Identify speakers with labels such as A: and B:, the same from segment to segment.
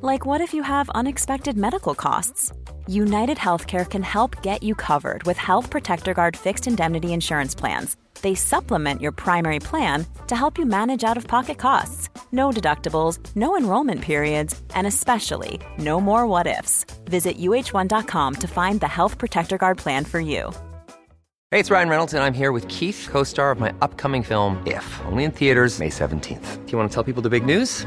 A: like what if you have unexpected medical costs? United Healthcare can help get you covered with Health Protector Guard fixed indemnity insurance plans. They supplement your primary plan to help you manage out of pocket costs. No deductibles, no enrollment periods, and especially no more what ifs. Visit uh1.com to find the Health Protector Guard plan for you.
B: Hey, it's Ryan Reynolds, and I'm here with Keith, co star of my upcoming film, If, only in theaters, May 17th. Do you want to tell people the big news?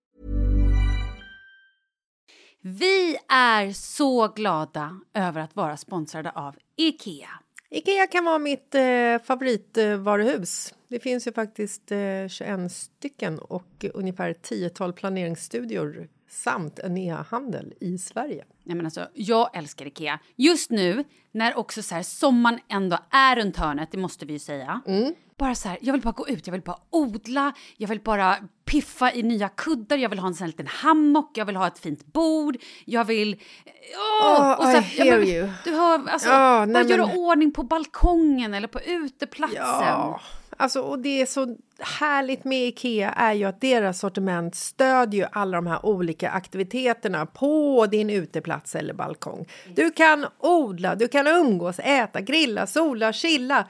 C: Vi är så glada över att vara sponsrade av Ikea.
D: Ikea kan vara mitt eh, favoritvaruhus. Det finns ju faktiskt eh, 21 stycken och ungefär ett tiotal planeringsstudior samt en e-handel i Sverige.
C: Nej, men alltså, jag älskar Ikea. Just nu, när också så här, sommaren ändå är runt hörnet, det måste vi ju säga.
D: Mm.
C: Bara så här, jag vill bara gå ut, jag vill bara odla, jag vill bara piffa i nya kuddar, jag vill ha en sån här liten hammock, jag vill ha ett fint bord, jag vill... eh, Åh!
D: Oh,
C: så här,
D: I
C: jag
D: hear
C: bara-
D: you.
C: Du hör, alltså,
D: Ja,
C: bara
D: nej, men-
C: göra ordning på balkongen eller på uteplatsen.
D: Ja, alltså, och det är så härligt med Ikea är ju att deras sortiment stödjer ju alla de här olika aktiviteterna på din uteplats eller balkong. Du kan odla, du kan umgås, äta, grilla, sola, chilla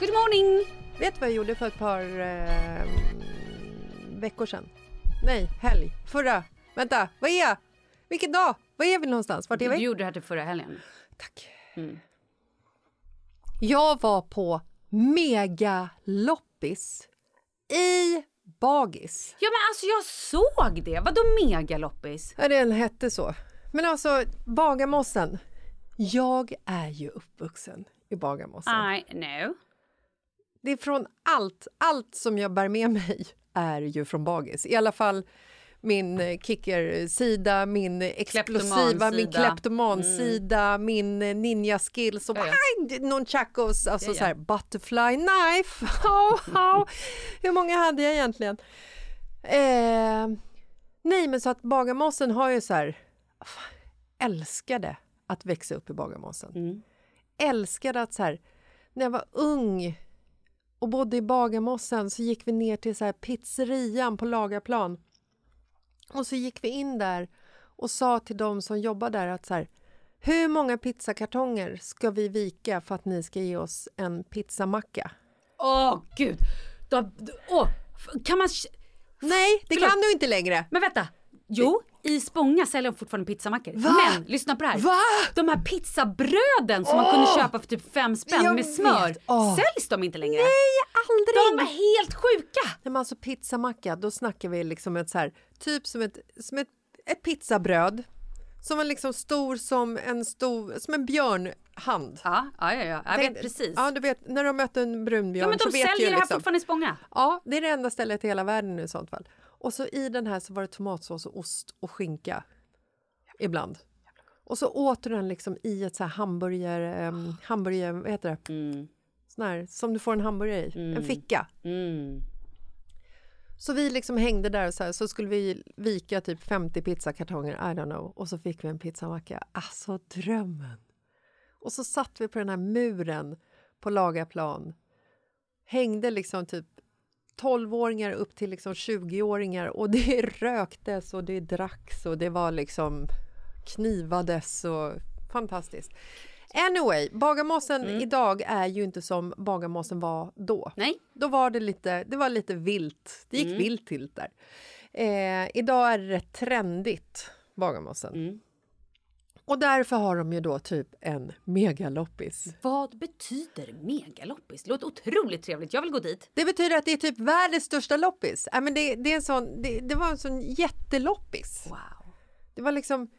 C: Good morning!
D: Vet du vad jag gjorde för ett par eh, veckor sedan? Nej, helg. Förra. Vänta, vad är jag? Vilken dag? Var är vi någonstans? Vart är
C: Du
D: vi?
C: gjorde det här till förra helgen.
D: Tack. Jag var på megaloppis i Bagis.
C: Ja men alltså jag såg det! Vadå megaloppis?
D: Ja, den hette så. Men alltså, Bagarmossen. Jag är ju uppvuxen i Bagarmossen.
C: I know.
D: Det är från allt, allt som jag bär med mig är ju från bagis. I alla fall min eh, kickersida, min explosiva,
C: Kleptomansida. Mm.
D: min kleptomansida, min eh, ninja-skills och
C: Ja, ja.
D: aj, nunchakos, alltså
C: Ja, ja.
D: så här butterfly knife. Au, au. Hur många hade jag egentligen? Eh, nej, men så att Bagarmossen har ju så här... fan, Älskade att växa upp i Bagarmossen.
C: Mm.
D: Älskade att så här... När jag var ung och bodde i Bagarmossen så gick vi ner till så här pizzerian på Lagarplan. Och så gick vi in där och sa till de som jobbar där att så här, hur många pizzakartonger ska vi vika för att ni ska ge oss en pizzamacka?
C: Åh gud! De, de, åh, f- kan man... k-
D: Nej, det
C: Förlåt.
D: kan du inte längre!
C: Men vänta! Jo, i Spånga säljer de fortfarande pizzamackor.
D: Va?
C: Men lyssna på det här.
D: Va?
C: De här pizzabröden som man kunde köpa för typ fem spänn
D: Jag
C: med smör.
D: vet. Åh.
C: Säljs de inte längre?
D: Nej,
C: De är
D: aldrig!
C: helt sjuka!
D: Nej, men alltså pizzamacka, då snackar vi liksom ett så här, typ som ett, som ett, ett pizzabröd Som var liksom stor som en, stor, som en björnhand.
C: Ja, ja, ja, ja. jag vet
D: Tänk-
C: precis.
D: Ja, du vet, när de mötte en brunbjörn
C: Ja, men
D: så
C: de
D: vet
C: säljer
D: ju
C: det här
D: liksom.
C: fortfarande i Spånga.
D: Ja, det är det enda stället i hela världen nu i sånt fall. Och så i den här så var det tomatsås och ost och skinka. Ibland. Och så åt du den liksom i ett så här hamburger... ehm, hamburger vad heter det? Sån här, som du får en hamburgare i. En ficka. Så vi liksom hängde där och så, här, så skulle vi vika typ 50 pizzakartonger, I don't know. Och så fick vi en pizzamacka. Alltså drömmen! Och så satt vi på den här muren på Lagaplan. Hängde liksom typ 12-åringar upp till liksom 20-åringar och det röktes och det dracks och det var liksom knivades och fantastiskt. Anyway, Bagarmossen idag är ju inte som Bagarmossen var då.
C: Nej.
D: Då var det lite, det var lite vilt. Det gick vilt till där. Eh, idag är det rätt trendigt, Bagarmossen. Och därför har de ju då typ en megaloppis.
C: Vad betyder megaloppis? Låter otroligt trevligt. Jag vill gå dit.
D: Det betyder att det är typ världens största loppis. Nej, men det, det, är en sån, det, det var en sån jätteloppis.
C: Wow.
D: Det var liksom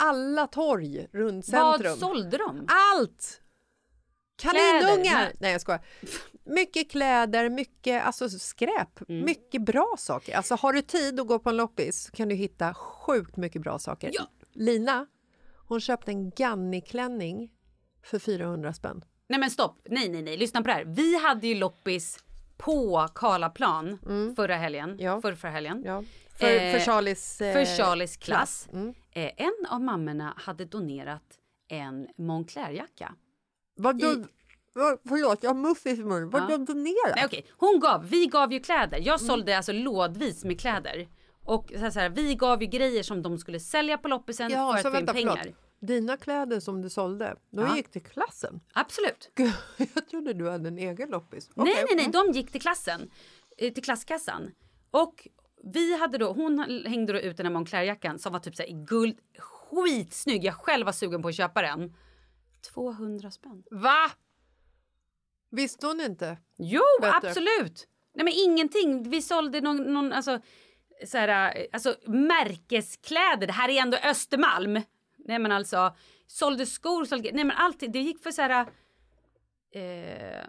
D: alla torg runt centrum.
C: Vad sålde de?
D: Allt! Kaninungar!
C: Kläder?
D: Nej. jag skojar. Mycket kläder, mycket alltså, skräp,
C: Mm.
D: mycket bra saker. Alltså har du tid att gå på en loppis så kan du hitta sjukt mycket bra saker.
C: Ja.
D: Lina, hon köpte en Ganni-klänning för 400 spänn.
C: Nej men stopp. Nej nej nej. Lyssna på det här. Vi hade ju loppis på Karlaplan förra helgen.
D: Mm. Ja.
C: Förra, förra helgen.
D: Ja. För, för
C: Eh,
D: Charlies... eh, Mm.
C: för Charlies klass. Eh, en av mammorna hade donerat en Moncler-jacka.
D: Vadå? Vad- Förlåt, jag har muffins i munnen. Vadå donera?
C: Nej okej, hon gav, vi gav ju kläder. Jag sålde alltså lådvis med kläder. Och så här, så här, vi gav ju grejer som de skulle sälja på loppisen
D: Ja,
C: för
D: så
C: att få in
D: Alltså, vänta,
C: pengar.
D: förlåt. Dina kläder som du sålde, de
C: Ja.
D: gick till klassen.
C: Absolut.
D: Gud, jag trodde du hade en egen loppis.
C: Nej, nej,
D: Okej.
C: nej, de gick till klassen. eh, Till klasskassan. Och vi hade då, hon hängde då ut den här Moncler-jackan som var typ så här i guld. Skitsnygg, jag själv var sugen på att köpa den. 200 spänn.
D: Va? Visste hon inte?
C: Jo,
D: Bättre.
C: absolut! Nej men ingenting. Vi sålde någon, någon alltså, så här, eh, alltså märkeskläder. Det här är ändå Östermalm. Nej men alltså, sålde skor, sålde, nej men allt. Det gick för så här... Eh,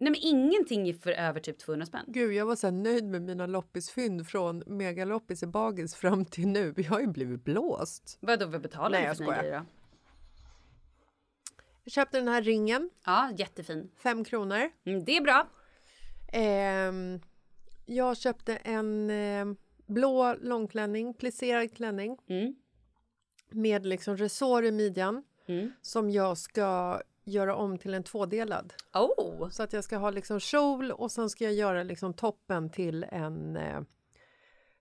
C: nej men ingenting gick för över typ 200 spänn.
D: Gud, jag var så här nöjd med mina loppisfynd från megaloppis i Bagis fram till nu. Jag har ju blivit blåst.
C: Vadå, vad betalar
D: Nej,
C: du
D: jag
C: för dina
D: skojar.
C: grejer då?
D: Jag köpte den här ringen,
C: Ja, jättefin.
D: fem kronor.
C: Mm, det är bra.
D: Ehm, jag köpte en ehm, blå långklänning, plisserad klänning
C: Mm.
D: med liksom resår i midjan
C: Mm.
D: som jag ska göra om till en tvådelad.
C: Oh!
D: Så att jag ska ha liksom kjol och sen ska jag göra liksom toppen till en, eh,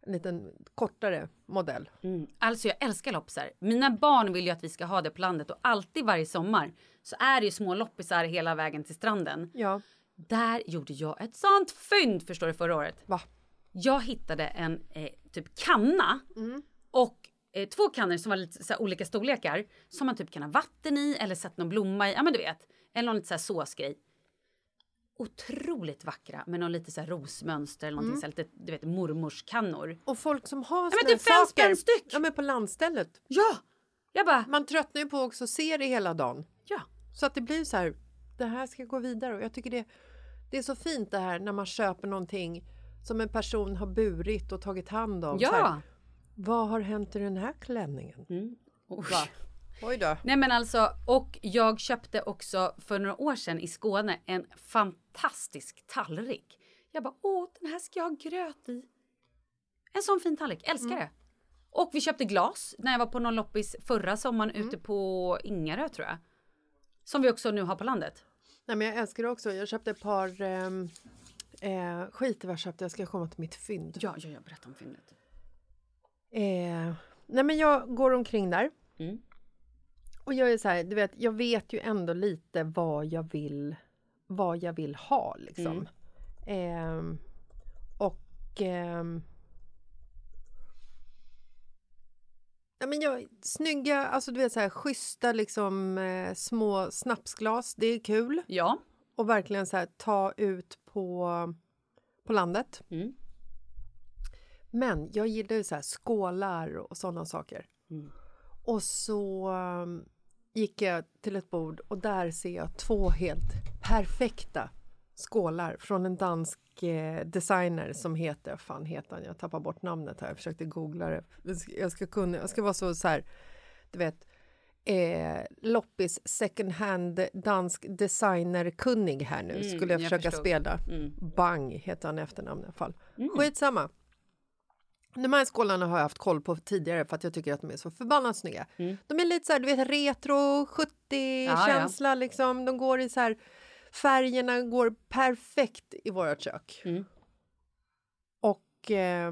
D: en liten kortare modell.
C: Alltså jag älskar loppisar. Mina barn vill ju att vi ska ha det på landet och alltid varje sommar så är det ju små loppisar hela vägen till stranden.
D: Ja,
C: Där gjorde jag ett sånt fynd förstår du förra året.
D: va?
C: Jag hittade en eh, typ kanna och eh, två kannor som var lite så här, olika storlekar som man typ kan ha vatten i eller sätta någon blomma i, ja men du vet. Eller någon lite så här såsgrej. Otroligt vackra med någon lite så här rosmönster eller någonting så här, lite, du vet mormorskannor.
D: Och folk som har
C: men
D: såna
C: typ fem
D: här
C: spänn styck.
D: Ja, men på landstället.
C: Ja! Jag bara,
D: Man tröttnar ju på att också se det hela dagen.
C: ja.
D: Så att det blir så här, det här ska gå vidare. Och jag tycker det, det är så fint det här när man köper någonting som en person har burit och tagit hand om. Så här,
C: Ja!
D: vad har hänt i den här klänningen?
C: Och-
D: Oj då.
C: Nej men alltså, och jag köpte också för några år sedan i Skåne en fantastisk tallrik. Jag bara, åh den här ska jag ha gröt i. En sån fin tallrik, älskar det. Och vi köpte glas när jag var på någon loppis förra sommaren ute på Ingarö tror jag. Som vi också nu har på landet.
D: Nej, men jag älskar det också. Jag köpte ett par ehm, eh, skit i vad jag köpte. Jag ska komma till mitt fynd.
C: Ja, ja, ja, berätta om fyndet.
D: Eh, nej men jag går omkring där. Och jag är så här, du vet, jag vet ju ändå lite vad jag vill, vad jag vill ha liksom. Ehm, och... ehm, Ja, men jag, snygga, alltså du vet så här schyssta liksom eh, små snapsglas, det är kul.
C: Ja,
D: Och verkligen så här ta ut på, på landet.
C: Mm.
D: Men jag gillar ju så här skålar och sådana saker. Och så um, gick jag till ett bord och där ser jag två helt perfekta skålar från en dansk eh, designer som heter, fan heter han, jag tappar bort namnet här, jag försökte googla det. Jag ska kunna, jag ska vara så, så här, du vet, eh, loppis second hand dansk designerkunnig här nu, skulle jag,
C: jag
D: försöka
C: förstod.
D: spela. Bang heter han i efternamn i alla fall. Skitsamma. De här skålarna har jag haft koll på tidigare för att jag tycker att de är så förbannat snygga. De är lite så här, du vet retro, 70-känsla liksom. De går i så här, färgerna går perfekt i vårt kök. Och eh,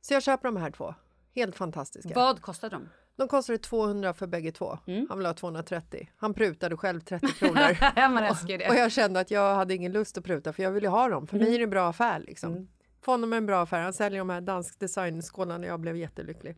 D: så jag köper de här två. Helt fantastiska.
C: Vad kostar de?
D: De kostade 200 för bägge två.
C: Mm.
D: Han ville ha 230. Han prutade själv 30 kronor.
C: Man älskar ju det.
D: Och jag kände att jag hade ingen lust att pruta för jag ville ha dem. För
C: Mm.
D: mig är det en bra affär liksom. För honom är det en bra affär. Han säljer de här dansk designskålarna och jag blev jättelycklig.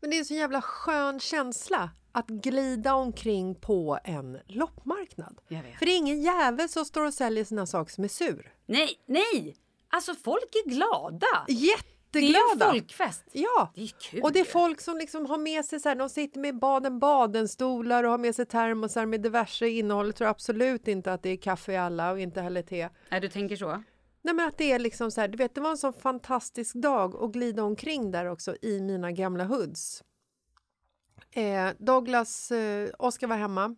D: Men det är en så jävla skön känsla att glida omkring på en loppmarknad.
C: Jag vet.
D: För det är ingen jävel som står och säljer sina saker som är sur.
C: Nej, nej! Alltså folk är glada. Det är ju
D: Jätteglada!
C: en folkfest.
D: Ja,
C: Det är kul
D: och det är
C: ju.
D: folk som liksom har med sig så här, de sitter med Baden-Baden-stolar och har med sig termosar med diverse innehåll. Jag tror absolut inte att det är kaffe i alla och inte heller te.
C: Nej, du tänker så?
D: Nej men att det är liksom så här, du vet det var en sån fantastisk dag att glida omkring där också i mina gamla hoods. Eh, Douglas, eh, Oskar var hemma,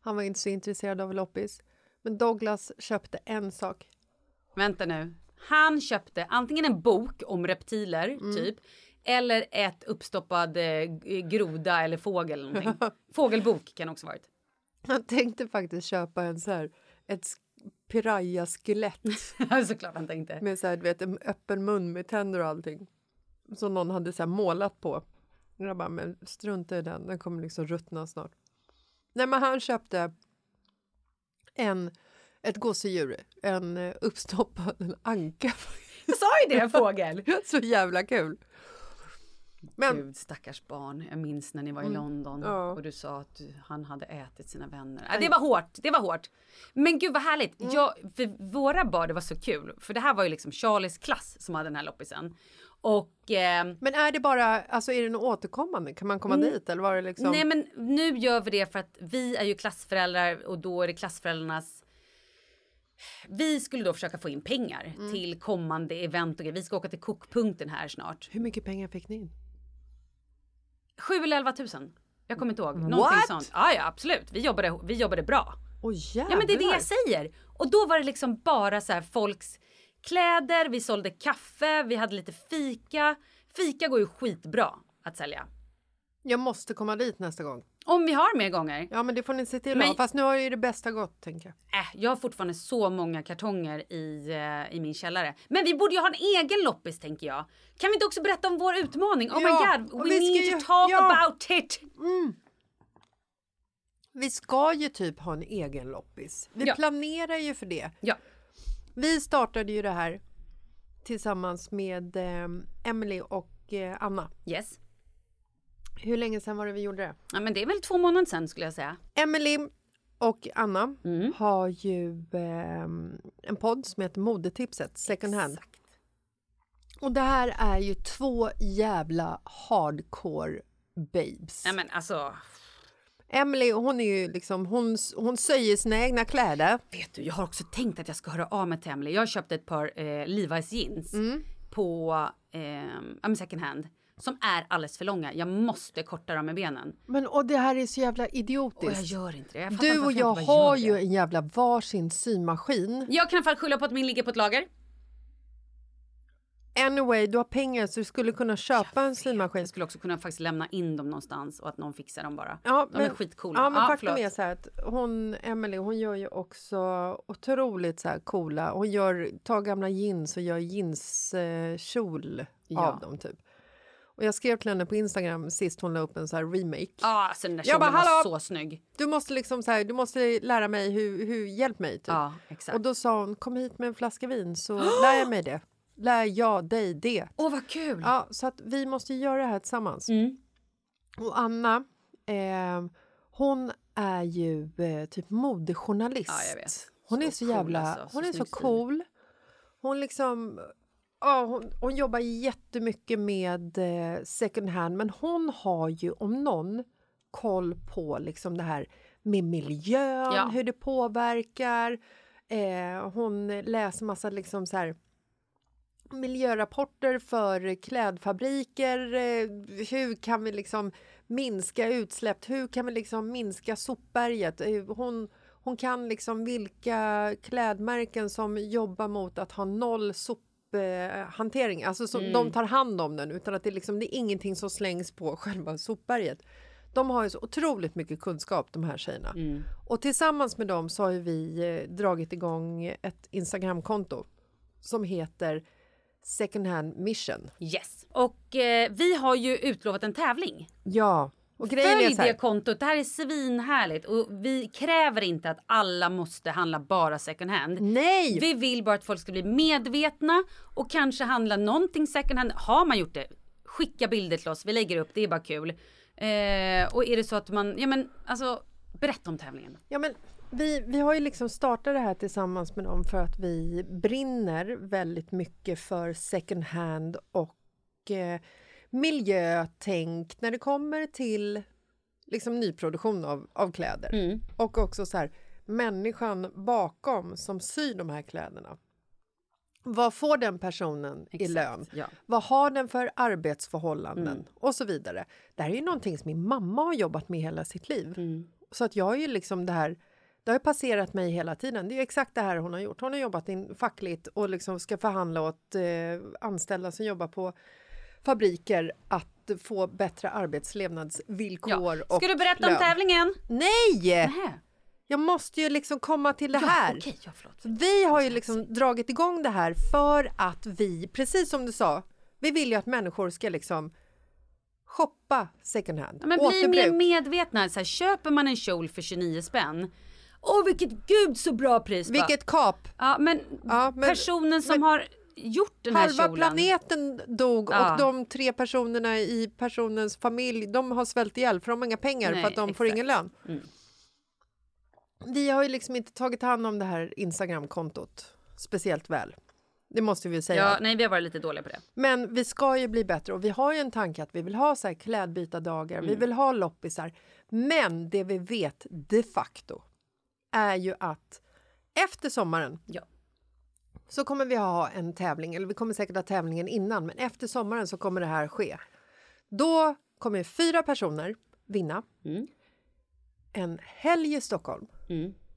D: han var inte så intresserad av loppis. Men Douglas köpte en sak,
C: Vänta nu. Han köpte antingen en bok om reptiler, typ. Eller ett uppstoppad eh, g- groda eller fågel. eller Någonting. Fågelbok kan också varit.
D: han tänkte faktiskt köpa en så här, ett sk- piraya-skelett.
C: Såklart han tänkte.
D: med så här, du vet, en öppen mun med tänder och allting. Som någon hade så här målat på. Och Jag bara, men strunta i den, den kommer liksom ruttna snart. Nej, men han köpte en, ett gosedjur, en eh, uppstoppad en anka.
C: Jag sa ju det, en fågel!
D: så jävla kul! Men
C: Gud, stackars barn. Jag minns när ni var i London
D: Ja.
C: och du sa att du, han hade ätit sina vänner. Ja, det var hårt, det var hårt. Men gud vad härligt. Jag, för våra barn, det var så kul. För det här var ju liksom Charlies klass som hade den här loppisen. Och eh,
D: men är det bara, alltså är det något återkommande? Kan man komma dit eller var det liksom?
C: Mm. Nej men nu gör vi det för att vi är ju klassföräldrar och då är det klassföräldrarnas vi skulle då försöka få in pengar
D: Mm.
C: till kommande event och grejer. Vi ska åka till kokpunkten här snart.
D: Hur mycket pengar fick ni in?
C: 7 eller 11 tusen. Jag kommer inte ihåg. Någonting
D: What?
C: sånt. Ja, ja absolut. Vi jobbade, vi jobbade bra.
D: Åh jävlar!
C: Ja men det är det jag säger. Och då var det liksom bara så här folks kläder, vi sålde kaffe, vi hade lite fika. Fika går ju skitbra att sälja.
D: Jag måste komma dit nästa gång.
C: Om vi har mer gånger.
D: Ja men det får ni se till att
C: Men-
D: ha. fast nu har ju det bästa gått tänker jag.
C: Äh, jag har fortfarande så många kartonger i, eh, i min källare. Men vi borde ju ha en egen loppis tänker jag. Kan vi inte också berätta om vår utmaning? Oh
D: Ja,
C: my god,
D: och
C: we
D: vi ska
C: need
D: ju-
C: to talk
D: ja.
C: about it!
D: Vi ska ju typ ha en egen loppis. Vi
C: Ja.
D: planerar ju för det.
C: Ja,
D: Vi startade ju det här tillsammans med eh, Emily och eh, Anna.
C: yes.
D: Hur länge sedan var det vi gjorde det?
C: Ja, men det är väl två månader sedan skulle jag säga.
D: Emily och Anna
C: Mm.
D: har ju eh, en podd som heter Modetipset second hand. Och det här är ju två jävla hardcore babes.
C: Nej men alltså,
D: Emily, hon är ju liksom, hon, hon söjer sina egna kläder.
C: vet du jag har också tänkt att jag ska höra av mig till Emelie. Jag köpte ett par eh, Levi's jeans
D: Mm.
C: på eh, ja, men second hand. Som är alldeles för långa. Jag måste korta dem med benen.
D: Men och det här är så jävla
C: Och jag
D: idiotiskt.
C: gör inte det. Jag fattar
D: Du
C: inte
D: och
C: varför
D: jag
C: inte bara gör
D: har ju
C: det.
D: en jävla varsin symaskin.
C: Jag kan i alla fall skylla på att min ligger på ett lager.
D: Anyway, du har pengar så du skulle kunna köpa en symaskin.
C: Jag skulle också kunna faktiskt lämna in dem någonstans och att någon fixar dem bara.
D: Ja,
C: de är skitcoola.
D: Ja, men faktum
C: förlåt.
D: är så här att hon, Emily, hon gör ju också otroligt så här coola, hon gör, tar gamla jeans och gör jeanskjol eh, kjol
C: Ja.
D: av dem typ. Och jag skrev till henne på Instagram sist hon la upp en så här remake.
C: Ja, alltså den där
D: Jag
C: kjolen
D: bara, hallå!
C: var så snygg. typ.
D: Du måste liksom så här, du måste lära mig hur, hur hjälp mig typ.
C: Ja, exakt.
D: Och då sa hon, kom hit med en flaska vin så lär jag mig det. Lär jag dig det.
C: Åh, vad kul!
D: Ja, så att vi måste göra det här tillsammans.
C: Mm.
D: Och Anna, eh, hon är ju eh, typ modejournalist.
C: Ja, jag vet.
D: Hon
C: Så
D: är så
C: cool
D: jävla,
C: alltså, så
D: hon är så
C: snygg stil.
D: cool. Hon liksom Ja, hon, hon jobbar jättemycket med eh, second hand, men hon har ju om någon koll på liksom det här med miljön,
C: Ja.
D: hur det påverkar. Eh, hon läser massa liksom så här miljörapporter för klädfabriker. eh, Hur kan vi liksom minska utsläpp? Hur kan vi liksom minska sopberget? Eh, Hon, hon kan liksom vilka klädmärken som jobbar mot att ha noll sophantering. Alltså så, de tar hand om den utan att det, liksom, det är ingenting som slängs på själva sopberget. De har ju så otroligt mycket kunskap de här tjejerna. Och tillsammans med dem så har ju vi eh, dragit igång ett Instagramkonto som heter Second Hand Mission.
C: Yes. Och eh, vi har ju utlovat en tävling.
D: Ja, och grejen är
C: Följ
D: så här,
C: det kontot, det här är svinhärligt. Och vi kräver inte att alla måste handla bara second hand.
D: Nej!
C: Vi vill bara att folk ska bli medvetna och kanske handla någonting second hand. Har man gjort det, skicka bilder till oss. Vi lägger upp, det är bara kul. Eh, och är det så att man, ja men alltså berätta om tävlingen.
D: Ja, men vi, vi har ju liksom startat det här tillsammans med dem för att vi brinner väldigt mycket för second hand och eh, miljötänk när det kommer till liksom nyproduktion av, av kläder.
C: Mm.
D: Och också så här, människan bakom som syr de här kläderna. Vad får den personen i
C: Exakt,
D: lön?
C: ja. Mm.
D: Vad har den för arbetsförhållanden? Och så vidare. Det här är ju någonting som min mamma har jobbat med hela sitt liv.
C: Mm.
D: Så att jag har ju liksom det här, det har ju passerat mig hela tiden. Det är ju exakt det här hon har gjort. Hon har jobbat in fackligt och liksom ska förhandla åt eh, anställda som jobbar på fabriker att få bättre arbetslevnadsvillkor
C: Ja.
D: och
C: Ska du berätta om
D: lön.
C: tävlingen?
D: Nej!
C: Nähä.
D: Jag måste ju liksom komma till det här.
C: Okej, ja förlåt.
D: Vi har ju liksom dragit igång det här för att vi, precis som du sa, vi vill ju att människor ska liksom shoppa second hand.
C: Ja, men bli mer
D: återbruk.
C: medvetna. Så här, köper man en kjol för 29 spänn. Åh vilket gud så bra pris! va?
D: Vilket kap!
C: Ja men,
D: Ja, men-
C: personen som
D: men-
C: har gjort den här
D: Halva
C: kjolen.
D: planeten dog
C: Ja.
D: och de tre personerna i personens familj de har svällt ihjäl för de har inga pengar
C: Nej,
D: för att de får
C: exakt. Mm.
D: ingen lön. Vi har ju liksom inte tagit hand om det här Instagramkontot speciellt väl. Det måste vi ju säga.
C: Ja, nej vi har varit lite dåliga på det.
D: Men vi ska ju bli bättre och vi har ju en tanke att vi vill ha så här klädbytardagar, vi
C: Mm.
D: vill ha loppisar. Men det vi vet de facto är ju att efter sommaren
C: Ja.
D: så kommer vi ha en tävling, eller vi kommer säkert ha tävlingen innan, men efter sommaren så kommer det här ske. Då kommer fyra personer vinna
C: Mm.
D: en helg i Stockholm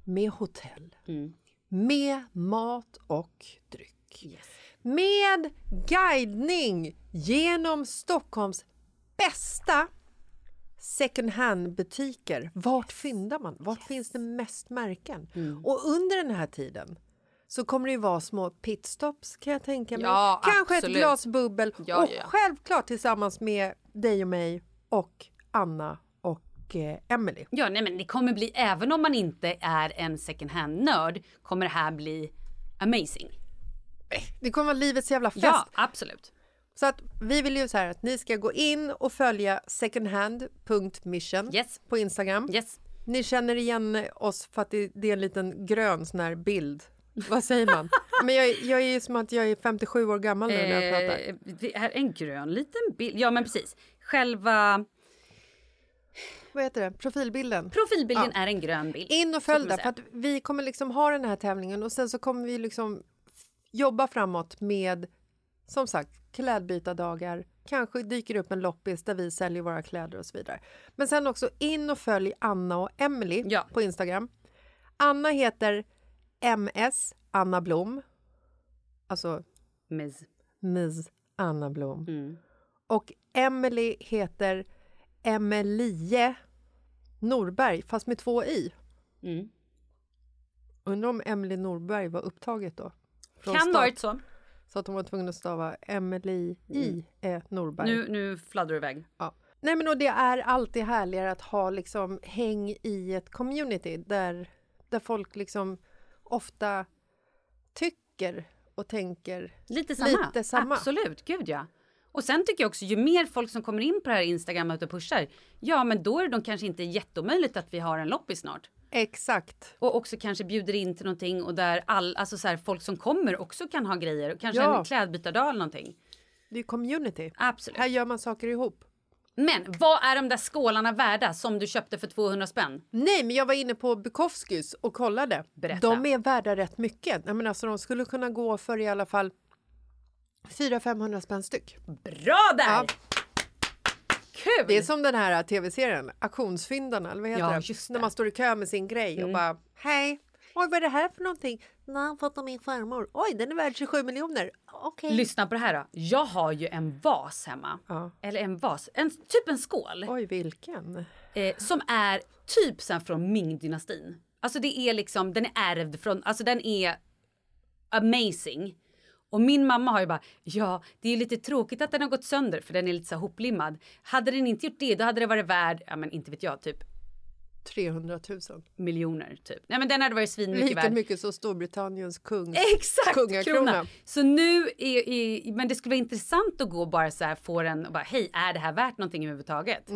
D: med hotell,
C: Mm.
D: med mat och dryck. Med guidning genom Stockholms bästa second hand-butiker. Vart fyndar man? Vart finns det mest märken?
C: Mm.
D: Och under den här tiden så kommer det ju vara små pitstops kan jag tänka mig.
C: Ja,
D: Kanske
C: absolut.
D: ett glas bubbel
C: Ja,
D: och
C: ja, ja.
D: självklart tillsammans med dig och mig och Anna och eh, Emily.
C: Ja, nej men det kommer bli, även om man inte är en second hand-nörd, kommer det här bli amazing.
D: Det kommer vara livets jävla fest.
C: Ja, absolut.
D: Så att vi vill ju så här att ni ska gå in och följa secondhand.mission
C: Yes.
D: på Instagram.
C: Yes.
D: Ni känner igen oss för att det, det är en liten grön sån här bild. Vad säger man? Men jag, jag är ju som att jag är 57 år gammal nu när jag pratar.
C: Eh, det är en grön liten bild. Ja, men precis. Själva
D: Vad heter det? Profilbilden.
C: profilbilden är en grön bild.
D: In och
C: Så kan
D: följ
C: man
D: där,
C: säga.
D: för att vi kommer liksom ha den här tävlingen och sen så kommer vi liksom f- jobba framåt med, som sagt, klädbytardagar. Kanske dyker upp en loppis där vi säljer våra kläder och så vidare. Men sen också in och följ Anna och Emily
C: Ja.
D: på Instagram. Anna heter MS Anna Blom. Alltså
C: Miss.
D: Miss Anna Blom.
C: Mm.
D: Och Emily heter Emelie Norberg, fast med två i.
C: Mm.
D: Undrar om Emily Norberg var upptaget då? Från
C: Kan
D: start,
C: varit så.
D: Så att hon var tvungen att stava Emily i E Norberg.
C: Mm. Nu, nu fladdrar du iväg.
D: Ja. Nej men och det är alltid härligare att ha liksom häng i ett community där, där folk liksom ofta tycker och tänker
C: Lite samma.
D: Lite samma.
C: Absolut, gud ja. Och sen tycker jag också ju mer folk som kommer in på det här Instagrammet och pushar, ja men då är det de kanske inte jätteomöjligt att vi har en loppis snart.
D: Exakt.
C: Och också kanske bjuder in till någonting och där all, alltså så här, folk som kommer också kan ha grejer. Och Kanske
D: Ja.
C: en klädbytardag eller någonting.
D: Det är community.
C: Absolut.
D: Här gör man saker ihop.
C: Men vad är de där skålarna värda som du köpte för 200 spänn?
D: Nej, men jag var inne på Bukowskis och kollade.
C: Berätta.
D: De är värda rätt mycket. Nej, men alltså, de skulle kunna gå för i alla fall 400-500 spänn styck.
C: Bra där!
D: Ja.
C: Kul!
D: Det är som den här äh, tv-serien, Auktionsfyndarna, eller vad heter
C: Mm. Ja,
D: det?
C: just Mm.
D: När man står i kö med sin grej och bara, hej, oj vad är det här för någonting? Nej, jag har fått av min farmor. Oj, den är värd 27 miljoner. Okej.
C: Lyssna på det här då. Jag har ju en vas hemma.
D: Ja.
C: Eller en vas, en, typ en skål.
D: Oj, vilken?
C: eh, som är typ sen från Ming-dynastin. Alltså det är liksom, den är ärvd från, alltså den är amazing. Och min mamma har ju bara, ja det är ju lite tråkigt att den har gått sönder för den är lite så här hoplimmad. Hade den inte gjort det då hade det varit värd, ja men inte vet jag, typ
D: 300 000.
C: miljoner typ. Nej men den hade varit svinmycket
D: Lika
C: värd.
D: mycket som Storbritanniens kung.
C: Exakt!
D: Kungakrona.
C: Krona. Så nu är, är, men det skulle vara intressant att gå och bara så här, få den och bara hej, är det här värt någonting överhuvudtaget?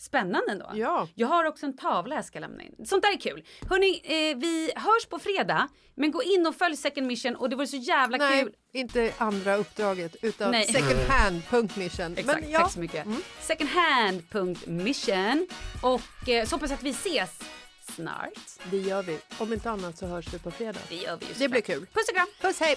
C: Spännande ändå.
D: Mm. Ja.
C: Jag har också en tavla jag ska lämna in. Sånt där är kul. Hörni, eh, vi hörs på fredag. Men gå in och följ Second Mission och det vore så jävla
D: Nej,
C: kul.
D: inte andra uppdraget utan
C: Nej.
D: second hand.mission.
C: Exakt, tack så mycket. Secondhand.mission. Och eh, så hoppas jag att vi ses snart.
D: Det gör vi. Om inte annat så hörs vi på fredag.
C: Det gör vi ju
D: Det
C: såklart.
D: blir kul.
C: Puss och kram.
D: Puss, hej!